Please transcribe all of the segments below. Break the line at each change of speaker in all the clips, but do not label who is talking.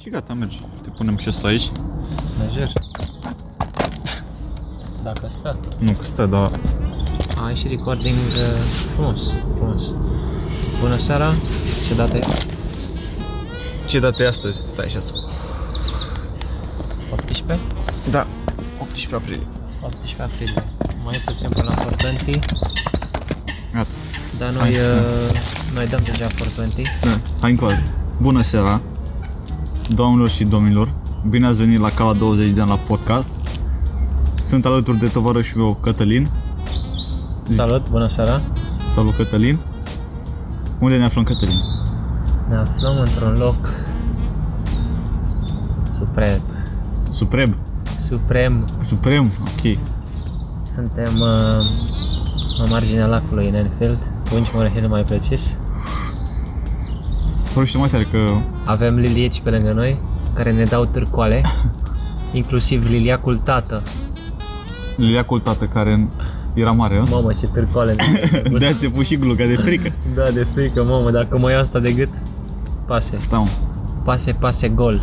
și gata, mergi. Te punem și asta aici.
Lejer. Dacă stă.
Nu că stă, dar
Ai și recording uh, frumos, frumos. Bună seara, ce dată e?
ce dată e astăzi? Stai și
18?
Da, 18 aprilie.
18 aprilie. Mai e puțin până la 420,
Gata.
dar noi,
Hai.
uh, noi dăm deja 420.
Da. Hai încoace. Bună seara, doamnelor și domnilor. Bine ați venit la Cava 20 de ani la podcast. Sunt alături de tovarășul meu, Cătălin.
Salut, bună seara.
Salut, Cătălin. Unde ne aflăm, Cătălin?
Ne aflăm într-un loc superb,
Suprem.
suprem.
Suprem, ok.
Suntem uh, în marginea lacului în Enfield, Winchmore Hill mai precis.
Vorbește mai tare că
Avem lilieci pe lângă noi, care ne dau târcoale, inclusiv liliacul tată.
liliacul tată care era mare, a?
Mamă, ce târcoale mi-a făcut.
de ți pus și gluga de frică.
Da, de frică, mamă, dacă mă iau asta de gât, pase,
Stau.
pase, pase, gol.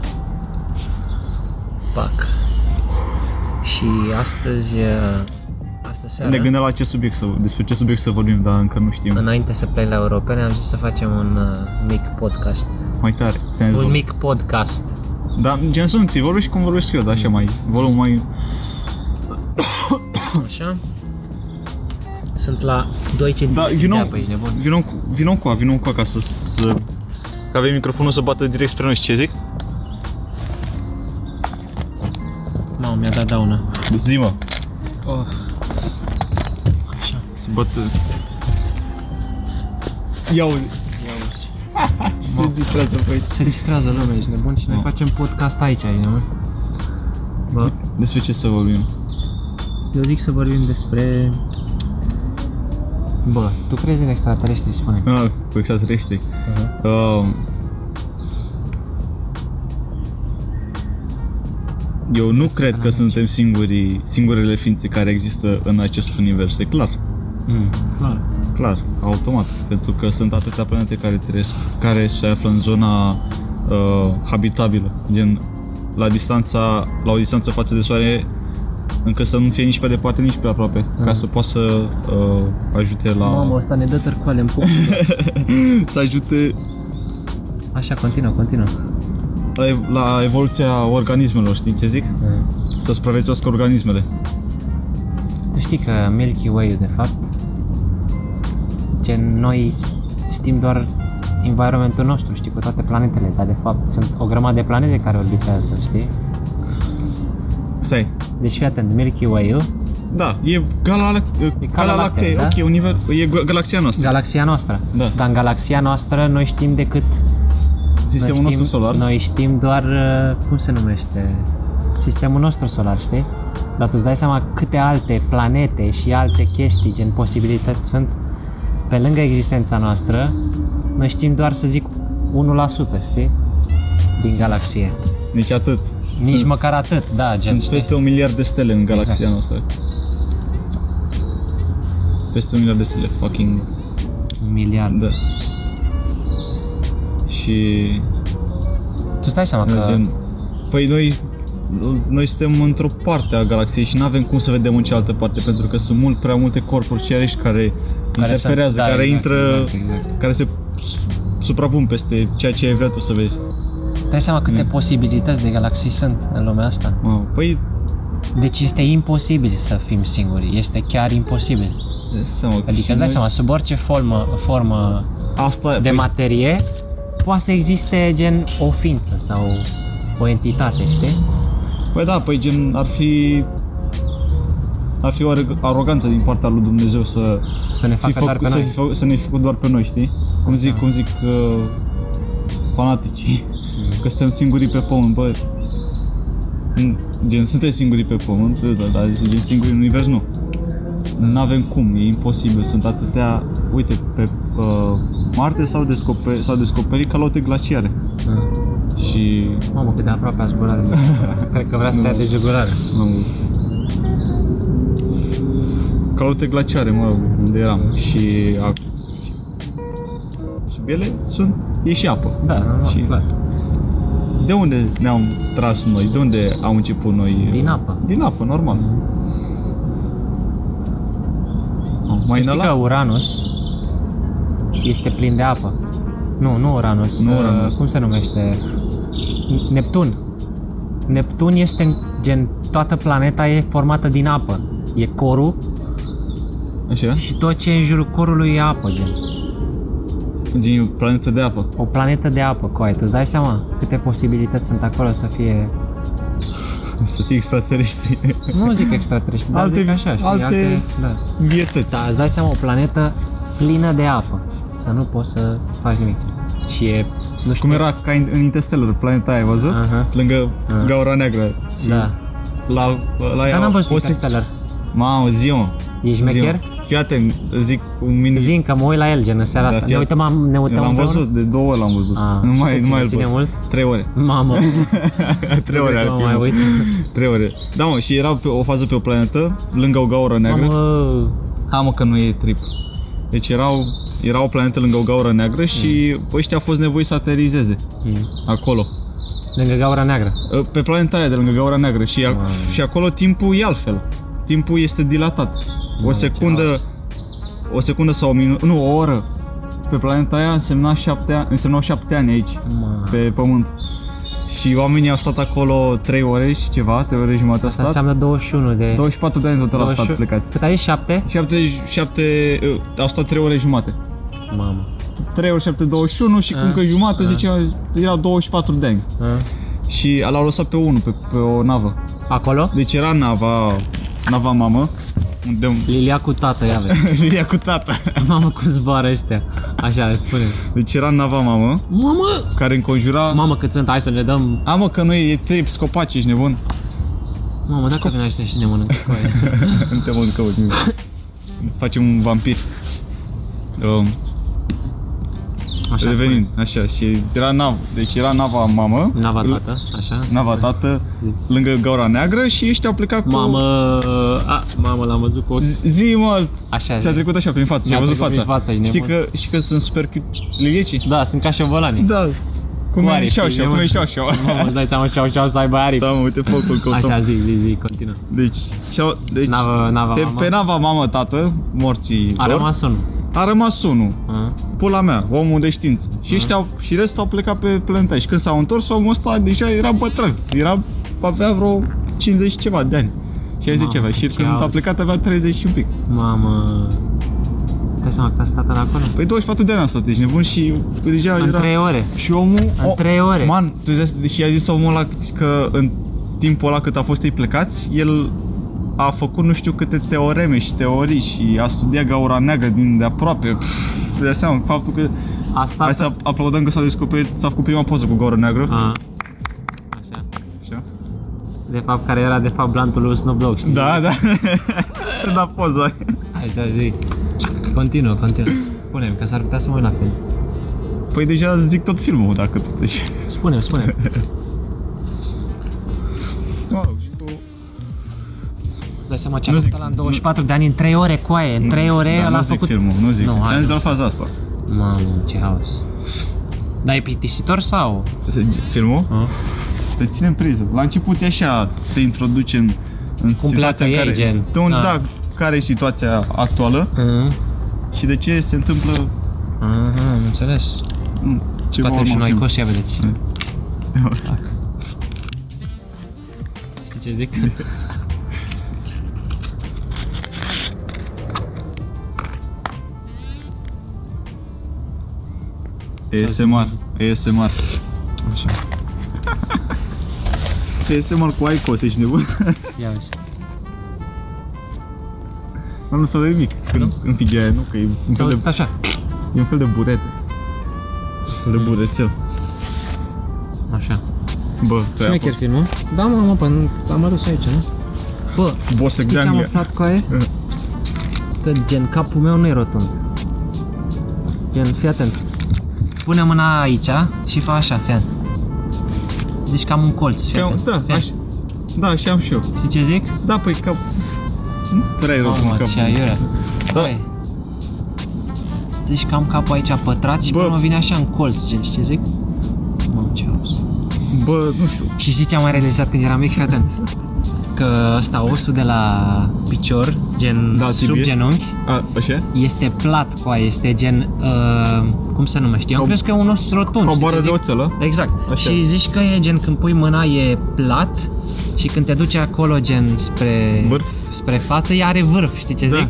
Pac. Și astăzi, uh, astăzi seara,
Ne gândeam la ce subiect să, despre ce subiect să vorbim, dar încă nu știm.
înainte să plec la europene, am zis să facem un uh, mic podcast.
Mai tare. Te-am zis,
Un
bă.
mic podcast.
Da, gen sunt, ți vorbești cum vorbesc eu, dar așa mai, volum mai...
Așa? Sunt la 2 centimetri
Da, you
de
know,
apă, păi, ești nebun.
vino, cu, vino cu, a, vino cu a, ca să, să... Că avem microfonul să bată direct spre noi, știi ce zic?
Mamă, mi-a dat dauna.
Zi, mă.
Oh. Așa.
Să bată... Ia uite. Se distrează pe aici.
Se distrează lumea, ești nebun și noi
Mamă.
facem podcast aici, ești nebun. Bă,
Despre ce să vorbim?
eu zic să vorbim despre... Bă, tu crezi în extraterestri, spune.
Ah, cu extraterestri.
Uh-huh.
Um, eu nu cred că suntem singurii, singurele ființe care există în acest univers, e clar.
Mm, clar.
Clar, automat, pentru că sunt atâtea planete care, trăiesc, care se află în zona uh, habitabilă, gen la distanța, la o distanță față de soare, încă să nu fie nici pe departe, nici pe aproape, mm. ca să poată să uh, ajute la...
Mamă, ăsta ne dă târcoale în pumn.
să ajute
Așa, continuă, continuă.
la, ev- la evoluția organismelor, știi ce zic?
Mm.
Să supraviețuiască organismele.
Tu știi că Milky Way-ul, de fapt, ce noi știm doar environmentul nostru, știi, cu toate planetele, dar de fapt sunt o grămadă de planete care orbitează, știi?
Stai.
Deci fii atent, Milky Way-ul,
Da, e gala, e
Gala
gala
Lactee,
lactee,
da?
ok, univers, e gal- galaxia noastră.
galaxia noastră.
Da.
Dar în galaxia noastră noi știm decât
Sistemul
noi știm,
nostru solar.
Noi știm doar, uh, cum se numește, sistemul nostru solar, știi? Dar tu îți dai seama câte alte planete și alte chestii, gen posibilități sunt pe lângă existența noastră, noi știm doar, să zic, 1%, știi? Din galaxie.
Nici Deci atât.
Nici
sunt,
măcar atât, da,
Sunt
gen, știi? Exact.
peste un miliard de stele în galaxia noastră. Peste un miliard de stele, fucking,
Un miliard.
da. Și,
Tu stai seama
da.
că...
gen, păi noi, noi suntem într-o parte a galaxiei și nu avem cum să vedem în cealaltă parte, pentru că sunt mult prea multe corpuri cerești care,
Care
care
sunt-
interferează,
da,
care
exact,
intră,
exact, exact.
care se su- suprapun peste ceea ce ai vrea tu să vezi.
Dai seama
Mm.
câte posibilități de galaxii sunt în lumea asta.
Wow. Păi,
Deci este imposibil să fim singuri, este chiar imposibil.
dai seama, că și
Adică îți dai
noi-
seama, sub orice formă, formă
Asta,
de
păi,
materie, poate să existe gen o ființă sau o entitate, știi?
Păi da, păi gen ar fi ar fi o arog- aroganță din partea lui Dumnezeu să
Să ne
fi
facă doar
făcut,
pe
să, fi
noi. Da.
făcut, să ne fi făcut doar pe noi, știi? Cum zic, cum zic uh, fanaticii
Mm.
că suntem singurii pe pământ, bă. n- Gen, sunteți singurii pe pământ, da, dar gen singuri în univers nu. Nu avem cum, e imposibil, sunt atâtea, uite, pe uh, Marte s-au descoperit, s-au descoperit calote glaciare
Mm.
și
Mamă, cât de aproape a zburat de jugulară. Cred că vrea să te ia de jugurare.
Am Calute glaciare, mă rog, unde eram și, a... și ele sunt, e și apă
Da, normal,
Și-
clar.
de unde ne-am tras noi? De unde am început noi?
Din apă.
Din apă, normal. Am, Mai
Tu știi că
inhalat?
Uranus este plin de apă. Nu, nu Uranus.
Nu
uh,
Uranus.
Cum se numește? Neptun. Neptun este în- gen toată planeta e formată din apă. E corul
Așa?
și tot ce e în jurul corului e apă, gen.
Din planetă de apă.
O planetă de apă, coai, tu îți dai seama câte posibilități sunt acolo să fie...
Să fie extraterestri.
Nu zic extraterestri, dar
Alte-
zic așa, știi?
alte-
da.
Vietăți.
Da, îți dai seama, o planetă plină de apă, să nu poți să faci nimic. Și e, nu știu...
Cum era ca în, în Interstellar, planeta aia, ai văzut?
Aha.
Lângă
Aha.
gaura neagră. Și
Da.
La, la
Dar n-am văzut
poți-
Interstellar.
Mamă, zi mă.
Ești
Zi, mă.
șmecher?
Fii atent, zic un mini...
Zi că mă uit la el, gen, în seara
Da,
asta.
fii
Ne
atent.
uităm, am- ne uităm
L-am
împreună?
văzut, de două ori l-am văzut.
Ah,
nu
și
mai,
te
nu mai îl
ține
văd.
mult?
Trei ore.
Mamă,
Trei ore ar
mă
fi.
mai uit.
Trei ore. Da, mă, și era pe o fază pe o planetă, lângă o gaură neagră.
mamă,
Ha, mă, că nu e trip. Deci erau, era o planetă lângă o gaură neagră și
Hmm.
ăștia au fost nevoiți să aterizeze
Mm.
acolo.
lângă gaura neagră.
Ă, Pe planeta aia de lângă gaura neagră și, ac- și acolo timpul e altfel. Timpul este dilatat. O secundă, o secundă sau o minut, nu, o oră pe planeta aia însemna șapte, ani- însemnau șapte ani aici,
Mamă.
pe pământ. Și oamenii au stat acolo 3 ore și ceva, 3 ore jumătate au
Asta
stat.
înseamnă 21 de...
24 de ani în total au stat
21
plecați.
Cât ai? 7?
77, uh, au stat 3 ore jumate.
Mamă.
3 ori 7, 21 și
Ah,
cum că jumate, zicea, erau 24 de ani.
A?
Și l-au lăsat pe unul, pe, pe o navă.
Acolo?
Deci era nava, nava mamă, unde
Lilia cu tată, ia vezi.
Lilia cu tata.
Mamă, cum zboară ăștia. Așa, spune.
Deci era nava mamă,
Mamă!
care înconjura...
Mamă, cât sunt, hai să le dăm...
A, mă, că nu e, e trip, scopaci, ești nebun.
Mamă, dacă vin ăștia și ne mănâncă cu aia.
nu te mă căut nimic. Facem un vampir. Um,
Așa
revenind, așa, și era nav, deci era nava mamă.
spune. Nava tată, așa.
Nava tată, lângă gaura neagră și ăștia au plecat cu...
Mamă, a, mamă, l-am văzut cu ochii.
Z- Zi, mă,
Așa
ți-a trecut așa prin față, ți-a
Mi-a
văzut
trecut
fața.
prin față, e
știi,
nebun.
că, știi că sunt super cute liliecii?
Da, sunt ca șobolanii.
Da. Cum
Mare,
e și
fi,
așa, cum
e
e
un-
și așa.
Mamă, îți dai seama și au să aibă aripi.
Da, mă, uite focul căutăm.
Așa, zi, zi, zi, continuă.
Deci, și-au, deci
Nava, nava,
pe,
mamă.
pe nava mamă, tată, morții
A
lor,
rămas unul.
a rămas unul,
A?
pula mea, omul de știință.
Mm.
Și, ăștia, au- și restul a plecat pe plânta. Și când s-au întors, omul ăsta deja era bătrân. Era, avea vreo 50 și ceva de ani. 60
Mamă,
ceva. Și
ce
când a
auzi.
plecat avea 30 și un pic.
Mamă... Îți dai seama că a stat ăla acolo?
Păi 24 de ani asta, deci nebun și deja
În
era...
trei ore.
Și omul...
În trei ore.
Man, tu zi- și a zis omul ăla că în timpul ăla cât a fost ei plecați, el a făcut nu știu câte teoreme și teorii și a studiat gaura neagră din de aproape. Pff, îți dai seama, faptul că...
A
Hai
stat...
să aplaudăm că s-a descoperit, s-a făcut prima poză cu gaura neagră.
A. Așa.
Așa.
De fapt, care era de fapt blantul lui Snoop Dogg, știi?
Da, da. Să da poza.
Așa, zi. Continuă, continuă. Spune-mi, că s-ar putea să mă uit la film.
Păi deja zic tot filmul, dacă tot ești.
Spune-mi, spune-mi.
Wow, și cu...
Îți dai seama ce a
Nu
făcut
zic-
ăla în 24 de ani, în 3 ore, coaie, în 3 ore
da,
ăla
nu
a
zic
făcut...
filmul, nu zic.
Nu, hai,
Ți-am zis
nu.
doar faza asta.
Mamă, ce haos. Dar e plictisitor sau?
Filmul?
A?
Te ținem priză. La început e așa, te introducem în
Cum
situația
pleacă
în
ei,
care...
gen.
De unde,
Da.
da, care e situația actuală și de ce se întâmplă
Aha, Eh, am înțeles.
m, ceva
Poate și
urmă
noi
film.
coș, ia vedeți. Fac. Știi ce zic?
ASMR, ASMR. Așa. ASMR cu Icos, ești nebun?
Ia uite.
Dar nu s-a auzit nimic când înfige aia, nu? Că e un fel,
S-a
de,
auzit da. așa.
e un fel de burete. Un fel de burețel.
Așa.
Bă, tu ai
Nu e chiar filmul? Da, mă, mă, păi nu- am adus aici, nu? Bă,
Borsec
știi
de
ce am
Anglia.
aflat cu aia?
Ă.
Că gen, capul meu nu e rotund. Gen, fii atent. Pune mâna aici și fă așa, fii atent. Zici că am un colț, fii
Că-
atent.
Da,
fii atent.
așa. Da, așa am și eu.
Știi ce zic?
Da, păi cap... Nu prea e rău
Mamă,
cap.
ce aiurea.
Da.
Băi, Zici că am capul aici pătrat și
Bă.
până mă vine așa în colț, gen, știi ce zic? Mamă, ce haos.
Bă, nu știu.
Și știi ce am mai realizat când eram mic? Fii atent. Că ăsta, osul de la picior, gen
Da,
sub
tibie.
genunchi,
A, așa?
este plat cu aia, este gen, uh, cum se numește? Eu am
Ca-
crezut că e un os rotund.
Ca o
știi
bară
ce
de
zic?
oțel, ă?
Exact.
Așa.
Și zici că e gen când pui mâna e plat și când te duci acolo gen spre,
Vârf.
spre față, ea are vârf, știi ce
Da.
zic?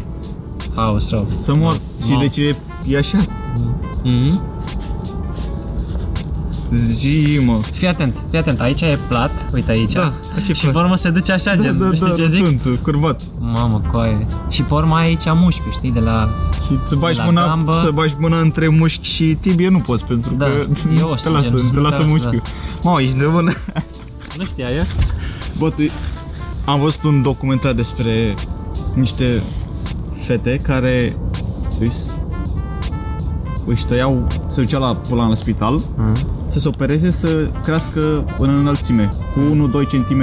Haos rău.
Să mor. Și
No.
deci e, e așa.
Mm-hmm.
Zi, mă.
Fii atent, fii atent, aici e plat, uite aici.
Da, aici e
și
plat. Da,
pe urmă se duce așa, gen, știi ce zic?
rotund, curvat.
Mamă, coaie. Și pe urmă ai aici mușchi, știi, de la...
Și să bagi,
La
mâna,
gambă.
să bagi mâna între mușchi și tibie nu poți, pentru
Da,
că
e os,
te lasă,
gen,
te lasă
da,
mușchiul. Mă, ești de bună.
Nu știa eu.
Bă, tu... Am văzut un documentar despre niște fete care își, își tăiau, se ducea la pula la spital
Mm.
să se opereze să crească în înălțime cu 1-2 cm.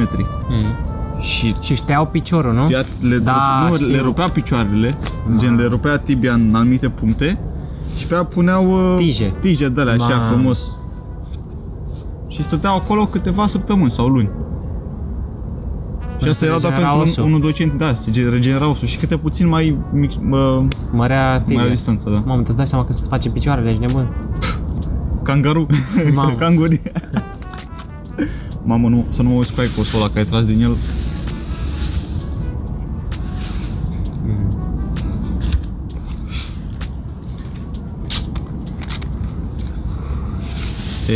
Mm.
Și
Și știau piciorul, nu?
ea le,
Da,
nu,
știu. Da.
le rupea picioarele, gen le rupea tibia în anumite puncte și pe aia puneau uh,
Tije. Da.
tije de alea, așa
Ma.
frumos. Și stăteau acolo câteva săptămâni sau luni. Și asta
se
era doar
Păi regenera
pentru
osul.
un, un docent, da, se regenera osul și câte puțin mai mic, mă,
Mărea
mai la
tibia.
distanță, da.
Mamă, tu-ți dai seama că se face picioarele, ești nebun.
Kangaroo,
Mamă.
canguri. Mamă, nu, să nu mă uiți cu icosul ăla, că ai tras din el.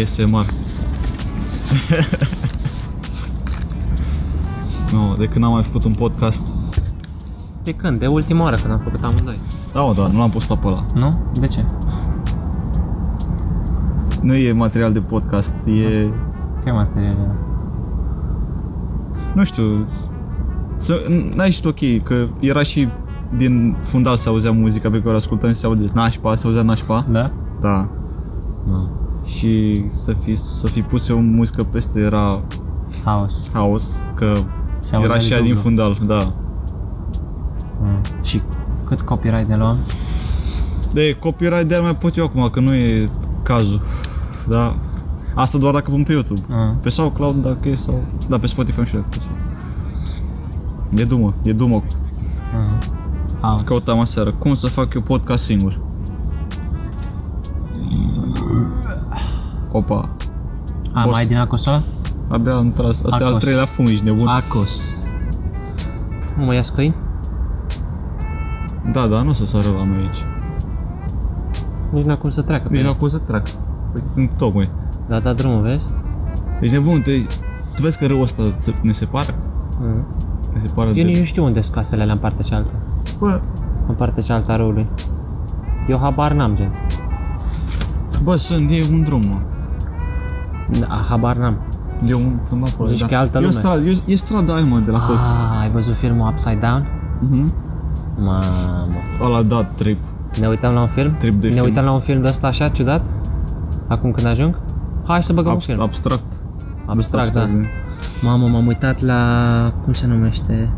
ASMR. nu, de când am mai făcut un podcast.
De când? De ultima oară când am făcut amândoi.
Da, mă, da, nu l-am postat pe ăla.
Nu? De ce?
Nu e material de podcast, e...
Ce materiale?
nu știu, s- să, n-ai și ok, că era și din fundal se auzea muzica pe care o ascultam și se aude nașpa, se auzea nașpa.
Da?
Da.
Nu.
Și să fi, să fi pus eu muzică peste era
Haos.
haos, că
Se auzea
era și ea din
dublu.
fundal, da.
Mm. Și cât copyright ne luăm?
De copyright de mai pot eu acum, că nu e cazul. Da. Asta doar dacă pun pe YouTube.
Mm.
Pe SoundCloud dacă e sau... Da, pe Spotify nu știu dacă pot. E dumă, e dumă.
Mm. Haos.
Căutam aseară cum să fac eu podcast singur. Opa,
A,
Boss.
mai din Acos ăla?
abia am tras. Asta e al
Acos.
treilea fum, ești nebun.
Acos. Nu mă ia scăini?
Da, da, nu o să sară la noi aici.
Nici n-a cum să treacă pe
Nici
el.
n-au cum să trag. Păi, în tocmai.
Da, da drumul, vezi?
Ești nebun, te... Tu vezi că râul ăsta se- ne separă?
Mm.
Ne separă
Eu nici
de...
nu știu unde sunt casele alea în partea cealaltă.
Bă,
În partea cealaltă a râului. Eu habar n-am, gen.
bă, sunt, e un drum, mă.
Da, habar n-am.
E un sunt acolo,
Zici că e altă
da. e o
lume.
stradă, e, e strada aia, mă, de la colț.
Ah, ai văzut filmul Upside Down?
Mhm.
Mamă.
Ăla da trip.
Ne uitam la un film?
Trip de
ne
film.
uitam la un film de ăsta așa ciudat? Acum când ajung? Hai să băgăm
Abst-
un film.
abstract.
Abstract, da.
Abstract,
Mamă, m-am uitat la... cum se numește?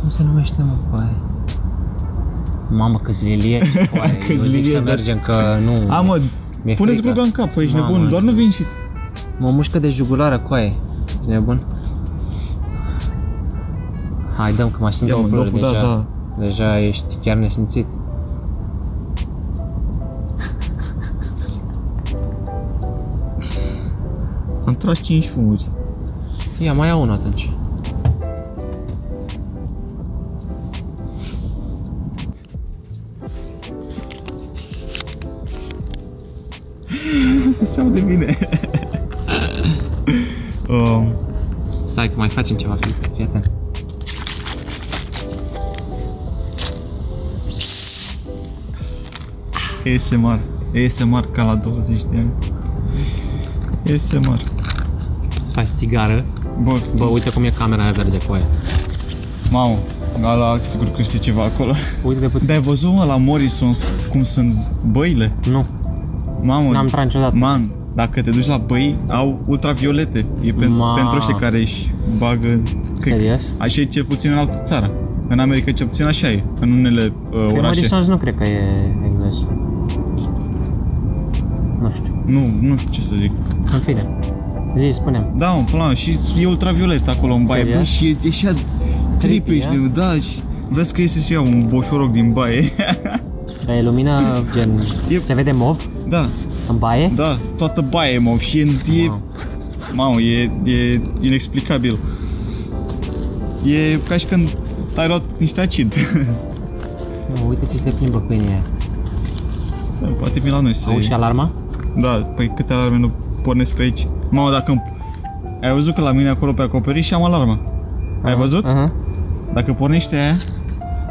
Cum se numește, mă, coaie? Mamă, câți liliești, coaie. Eu
Câți
zic
liliești,
să
dar-
mergem, că nu...
A, mă,
Mi-e
puneți
frică.
gluga în cap, păi, ești
Mamă,
nebun, doar nu vin și
Mă mușcă de jugulară, coaie. Ești nebun? Hai, dăm, că mai sunt
Ia,
două
mă,
pluri
locul, da,
deja.
da.
Deja ești chiar neștiințit.
Am tras 5 fumuri.
Ia, mai iau unul atunci.
Se aude bine. um,
Stai că mai facem ceva, Filipe, fii atent.
ASMR. ASMR ca la 20 de ani. ASMR.
Să faci țigară.
Bă,
Bă, uite cum e camera aia verde cu aia.
mamă, ala sigur că știi ceva acolo.
Uite de puțin.
Dar ai văzut mă, la Morrison cum sunt băile?
Nu,
Mamă,
n-am intrat niciodată.
man, dacă te duci la băi, au ultraviolete. E pe,
Ma.
pentru ăștia care își bagă... că-
Serios?
Așa e cel puțin în altă țară. În America cel puțin așa e, în unele uh,
Pe
orașe.
Morrison's Păi, nu cred că e englez. Nu știu.
Nu, nu știu ce să zic.
În fine. Zi, spune
Da, mă, până la urmă, și e ultraviolet acolo în baie,
Serios?
bă, și e așa
Creepy,
tripești, de, da, și vezi că iese și ea un boșoroc din baie.
Dar e lumină gen...
E-
Se vede mov
da,
în baie?
da, toată baie, mă, și e, e
Wow.
mamă, e, e inexplicabil. E ca și când ai luat niște acid.
Mă, uite ce se plimbă câinii aia.
da, poate vin la noi să...
Au și alarma?
Da, păi câte alarme nu pornesc pe aici? Mamă, dacă îmi... Ai văzut că la mine acolo pe acoperiș am alarma. Ai
Aha, Ah.
văzut?
Aha.
Dacă pornește aia,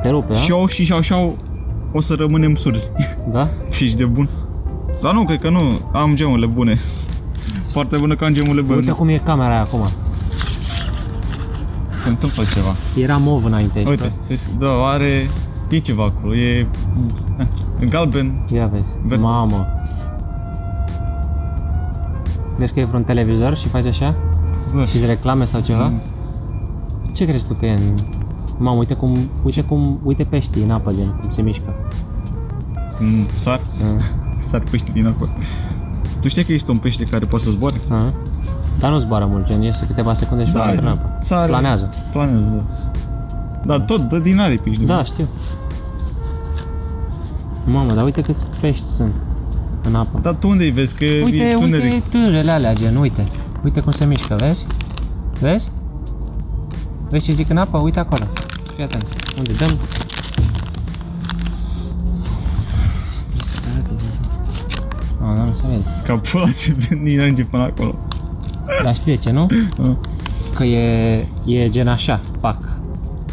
Te rupe, a?
șau și șau șau, o să rămânem surzi.
Da?
Ești de bun. Dar nu, cred că nu. Am gemurile bune. Foarte bună că am gemurile
Uite
bune.
cum e camera aia acum.
Se întâmplă ceva.
Era mov înainte. ești
Uite,
prost?
se, da, are... E ceva acolo, e... eh, Galben.
Ia vezi.
Verde.
Mamă. Crezi că e vreun televizor și faci așa?
Bă,
și reclame sau ceva?
Mm.
Ce crezi tu că e în... Mamă, uite cum, uite cum, uite peștii în apă, gen, cum se mișcă.
mm, sar,
Mm.
sar pește din acolo. Tu știi că există un pește care poate să zboare?
Aha. Dar nu zboară mult, gen, iese câteva secunde și
Da,
da, în apă.
țară.
Planează.
Planează, da. Dar tot dă din aripi, ești de
Da, știu. Mamă, dar uite câți pești sunt în apă.
Dar tu unde-i vezi? Că e
Uite,
tuneric.
uite târele alea, gen, uite. Uite cum se mișcă, vezi? Vezi? Vezi ce zic în apă? Uite acolo. Fii atent. Unde dăm? Trebuie să-ți arăt. A, dar nu se vede.
Ca pula se din range până acolo. Da.
Dar știi de ce, nu?
A,
Că e, e gen așa, pac.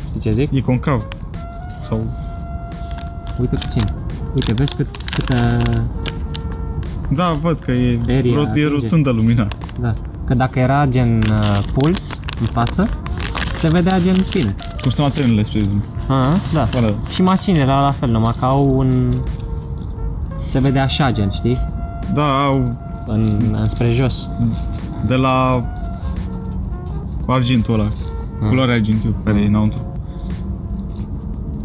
Știi ce zic?
E concav. Sau...
Uite puțin. Uite, vezi cât, uh, câtă...
Da, văd că e,
Area
rot, e
atinge.
rotundă lumina.
Da. Că dacă era gen uh, puls în față, se vedea gen bine.
Cum sunt la trenurile, spre exemplu.
A, da.
Ăla.
Și mașinile au la fel, numai că au un... Se vede așa, gen, știi?
Da, au
În, înspre jos.
de la argintul ăla, culoarea argintiu care e înăuntru.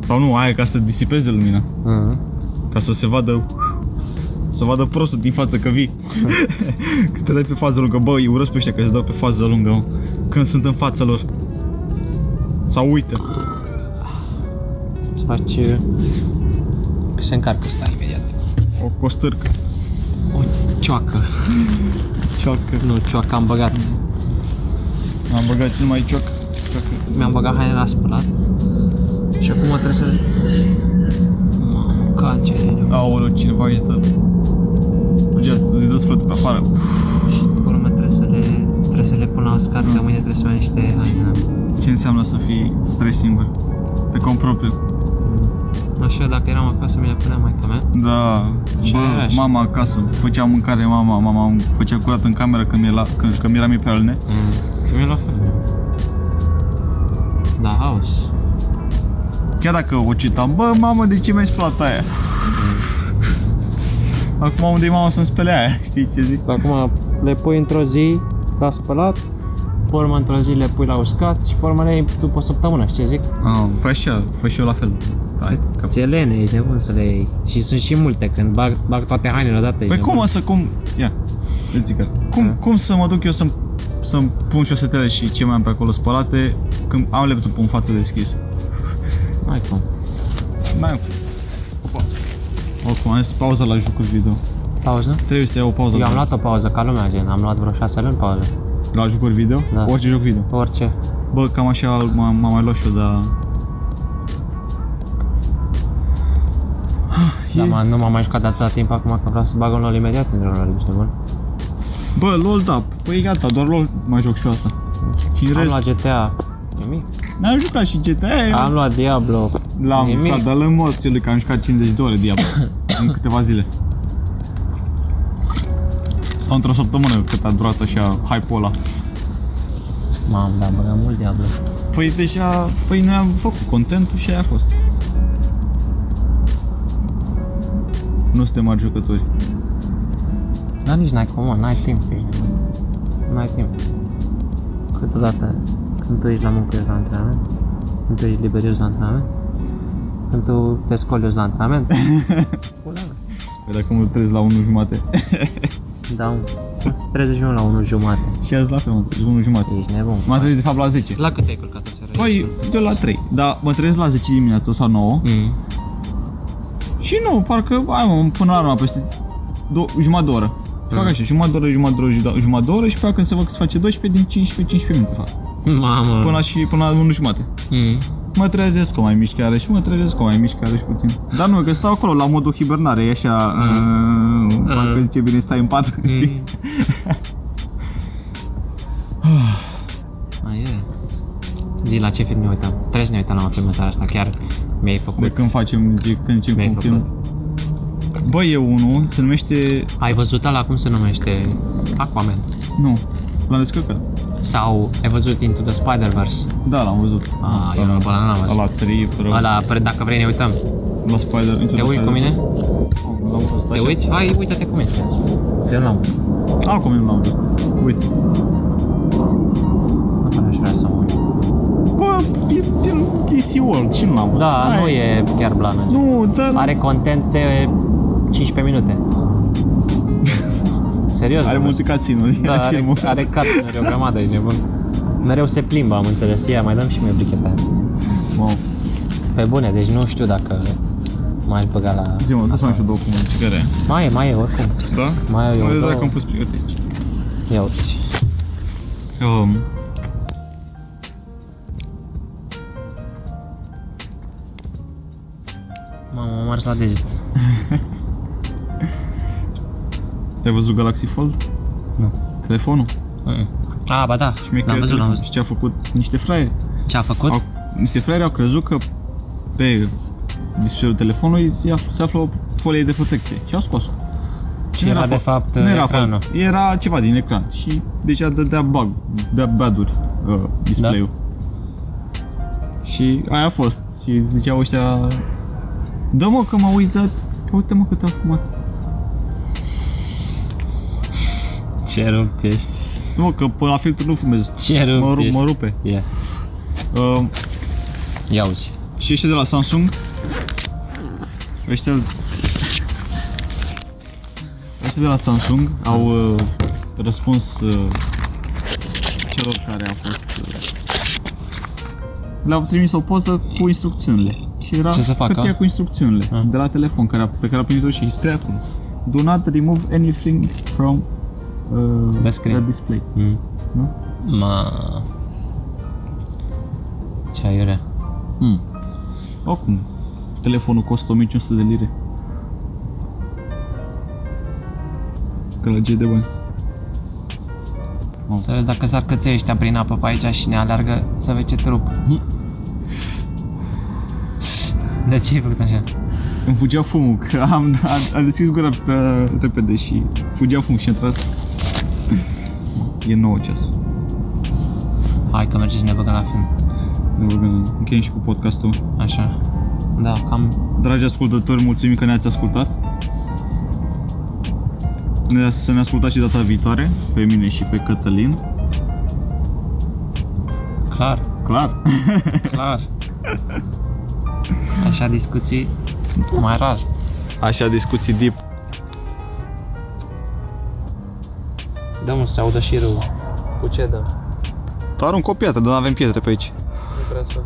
Sau nu, aia ca să disipeze lumina,
Uh-huh.
ca să se vadă să vadă prostul din față că vii. Că te dai pe fază lungă, bă, îi urăsc pe ăștia că se dau pe fază lungă, mă. Când sunt în fața lor. Sau uite.
Să faci... uh, Că se încarcă ăsta imediat.
O costârcă.
O cioacă.
Cioacă.
Nu, cioacă am băgat.
Am băgat numai cioc. Cioacă.
Mi-am băgat hainele la spălat. Și acum trebuie să... Mamă, cancer.
Aoleu, cineva e tot. Geață, zi dă sfârtul pe afară.
Și după urmă trebuie să le... Trebuie să le pun la uscat, că mâine trebuie să mai niște haine.
Ce înseamnă să fii stres singur? Pe cont propriu.
Nu știu, dacă eram acasă, mi le punea maica mea.
Da,
Și era
bă,
așa.
mama acasă, făcea mâncare mama, mama îmi făcea curat în cameră când, mi la, când, când eram eu pe alune.
Mm. Că mi-e la fel. Da, house.
Chiar dacă o citam, bă, mamă, de ce mi-ai spălat aia? Acum unde e mama să-mi spele aia, știi ce zic?
Acum le pui într-o zi la spălat, pe urmă într-o zi le pui la uscat și pe urmă le iei după o săptămână, știi ce zic?
Ah, fă așa, fă și eu la fel. Hai, cap.
Ți lene, ești nebun să le iei. Și sunt și multe, când bag, bag toate hainele odată. ești
Păi cum
nebun.
o să, cum... Ia, îți zic eu. cum,
Da.
cum să mă duc eu să-mi, să-mi pun șosetele și ce mai am pe acolo spălate când am laptopul în față deschis?
Hai cum.
Mai am. Opa. Oricum, am zis pauza la jocuri video.
Pauză?
Trebuie să iau o pauză
Eu
la,
am luat o pauză ca lumea, gen, am luat vreo șase luni pauză.
la jocuri video,
Da.
orice joc video.
Orice.
Bă, cam așa m-am m-am mai luat și eu, dar... Ah,
Dar m- nu Da, m-am mai jucat de atâta timp acum că vreau să bag un LOL imediat într-un LOL, ești nebun.
Bă, LOL, da, păi gata, doar LOL mai joc și eu asta. Și în
Am
rest,
luat Ah, GTA. Nimic.
n-am jucat și GTA,
Am luat Diablo.
l-am
nimic.
jucat, da. dar lămot celui că am jucat 50 de ore diablo în câteva zile. Sau într-o săptămână cât a durat așa hype-ul ăla.
M-am da, băgat mult Diablo.
Păi deja, păi noi am făcut contentul și aia a fost. Nu suntem mari jucători.
Dar nici n-ai cum, mă, n-ai timp, ești nebun. N-ai timp. Câteodată, când tu ești la muncă, ești la antrenament. Când tu ești liber, ești la antrenament. Când tu te scoli, ești la antrenament. Pula mea.
Păi dacă mă trezi la 1 jumate.
Da, mă. 31 la 1 jumate.
Și azi la fel, mă, unul jumate.
Ești nebun.
M-am trezit de fapt la 10.
La cât te-ai culcat aseară?
Păi, de la 3. Dar mă trezesc la 10 dimineața sau 9.
Mm.
Și nu, parcă, ai mă, până la urmă, peste do- jumătate de oră. Și fac așa, jumătate de oră, jumătate de oră, juda- jumătate de oră și pe aia când se văd că se face 12, din 15, 15 minute fac.
Mamă.
Până la, și, până la 1 jumate.
Mm.
Mă trezesc cu mai mișcare și mă trezesc cu mai mișcare și puțin. Dar nu, că stau acolo la modul hibernare, e așa, mm. uh, parcă zice bine stai în pat, mm. știi?
Mai e. Zi, la ce film ne uităm? Trebuie să ne uităm la un film în seara asta, chiar mi-ai făcut.
De când facem, de când ce
Mi-ai
cum
făcut.
film. Băi, e unul, se numește...
Ai văzut la cum se numește? Aquaman.
Nu, l-am descărcat.
Sau ai văzut Into the Spider-Verse?
Da, l-am văzut.
Ah, eu nu, pe ăla n-am văzut.
La 3,
Ăla, pre- dacă vrei, ne uităm.
la Spider...
Te uiți cu mine?
Nu, l-am văzut
Te
așa.
uiți? Hai, uite-te cu mine. Eu nu am
Acum nu l-am văzut. Uite.
Nu aș vrea să mă uit.
Bă, e din DC World și nu l-am văzut.
Da,
Hai.
nu e chiar blană.
Nu, dar...
Are content de 15 minute. Serios?
Are
vorbesc.
multe caținuri.
Da, are, are cap mereu, o grămadă, e nebun. Mereu se plimbă, am înțeles. Ia, mai dăm și mie bricheta.
Wow.
Pe bune, deci nu știu dacă m-aș băga la...
Zi mă, tu mai și două cu mânți, care e?
Mai e, mai e, oricum.
Da?
Mai e, eu
Mă de
două.
dacă am pus pregătit aici.
Ia uite.
Um.
Mamă, m-am ars la deget.
Ai văzut Galaxy Fold?
Nu.
Telefonul?
Mm. A, ba da, l-am văzut, l-am văzut.
Și ce a făcut niște fraiere?
Ce a făcut?
Au, niște fraiere au crezut că pe display-ul telefonului se află, se află o folie de protecție și au scos-o. Și nu
Era de
fo-
fapt,
nu era
ecranul.
folie, Era ceva din ecran și deja dădea bug, dădea baduri uh, display-ul.
Da.
Și aia a fost și ziceau ăștia Dă mă că mă uit, dar uite mă cât a fumat.
Ce rupt ești,
Nu mă, că până la filtru nu fumez.
ce
Mă,
rupt
ru-
ești.
mă rupe.
Ia,
Uh,
ia uzi.
Și ăștia de la Samsung Ăștia Ăștia de la Samsung au uh, răspuns uh, celor care au fost uh, le-au trimis o poză cu instrucțiunile. Și era
Ce să facă?
hârtia cu instrucțiunile
Ah.
de la telefon care a, pe care a primit-o și scrie acum. Do not remove anything from uh,
The screen.
display.
Mm.
Nu?
Ma... Ce aiurea.
Mm. Oricum, telefonul costă 1500 de lire. Călăgie de bani.
Să vezi dacă s-ar căței ăștia prin apă pe aici și ne alergă să vezi ce trup. De ce ai făcut așa?
Îmi fugea fumul, că am, a, a deschis gura prea repede și fugea fumul și a tras. E 9 ceas.
Hai că mergem să ne băgăm la film.
Ne rugăm, încheiem și cu podcastul.
Așa. Da, cam...
Dragi ascultători, mulțumim că ne-ați ascultat. Ne, să ne ascultați și data viitoare, pe mine și pe Cătălin.
Clar,
Clar.
clar. Așa discuții mai rar.
Așa discuții deep.
Da, mă, se audă și râul. Cu ce da?
Dar arunc o pietră, dar nu avem pietre pe aici.
Nu vreau să...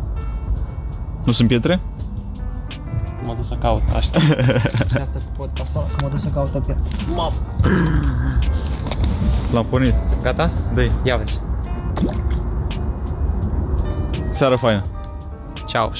Nu sunt pietre?
Mă duc să caut, aștept. Așteaptă cu podcastul ăla, că mă duc să caut pe... Mamă!
L-am pornit.
Gata?
Dă-i.
Ia vezi.
Seară faină.
Ciao.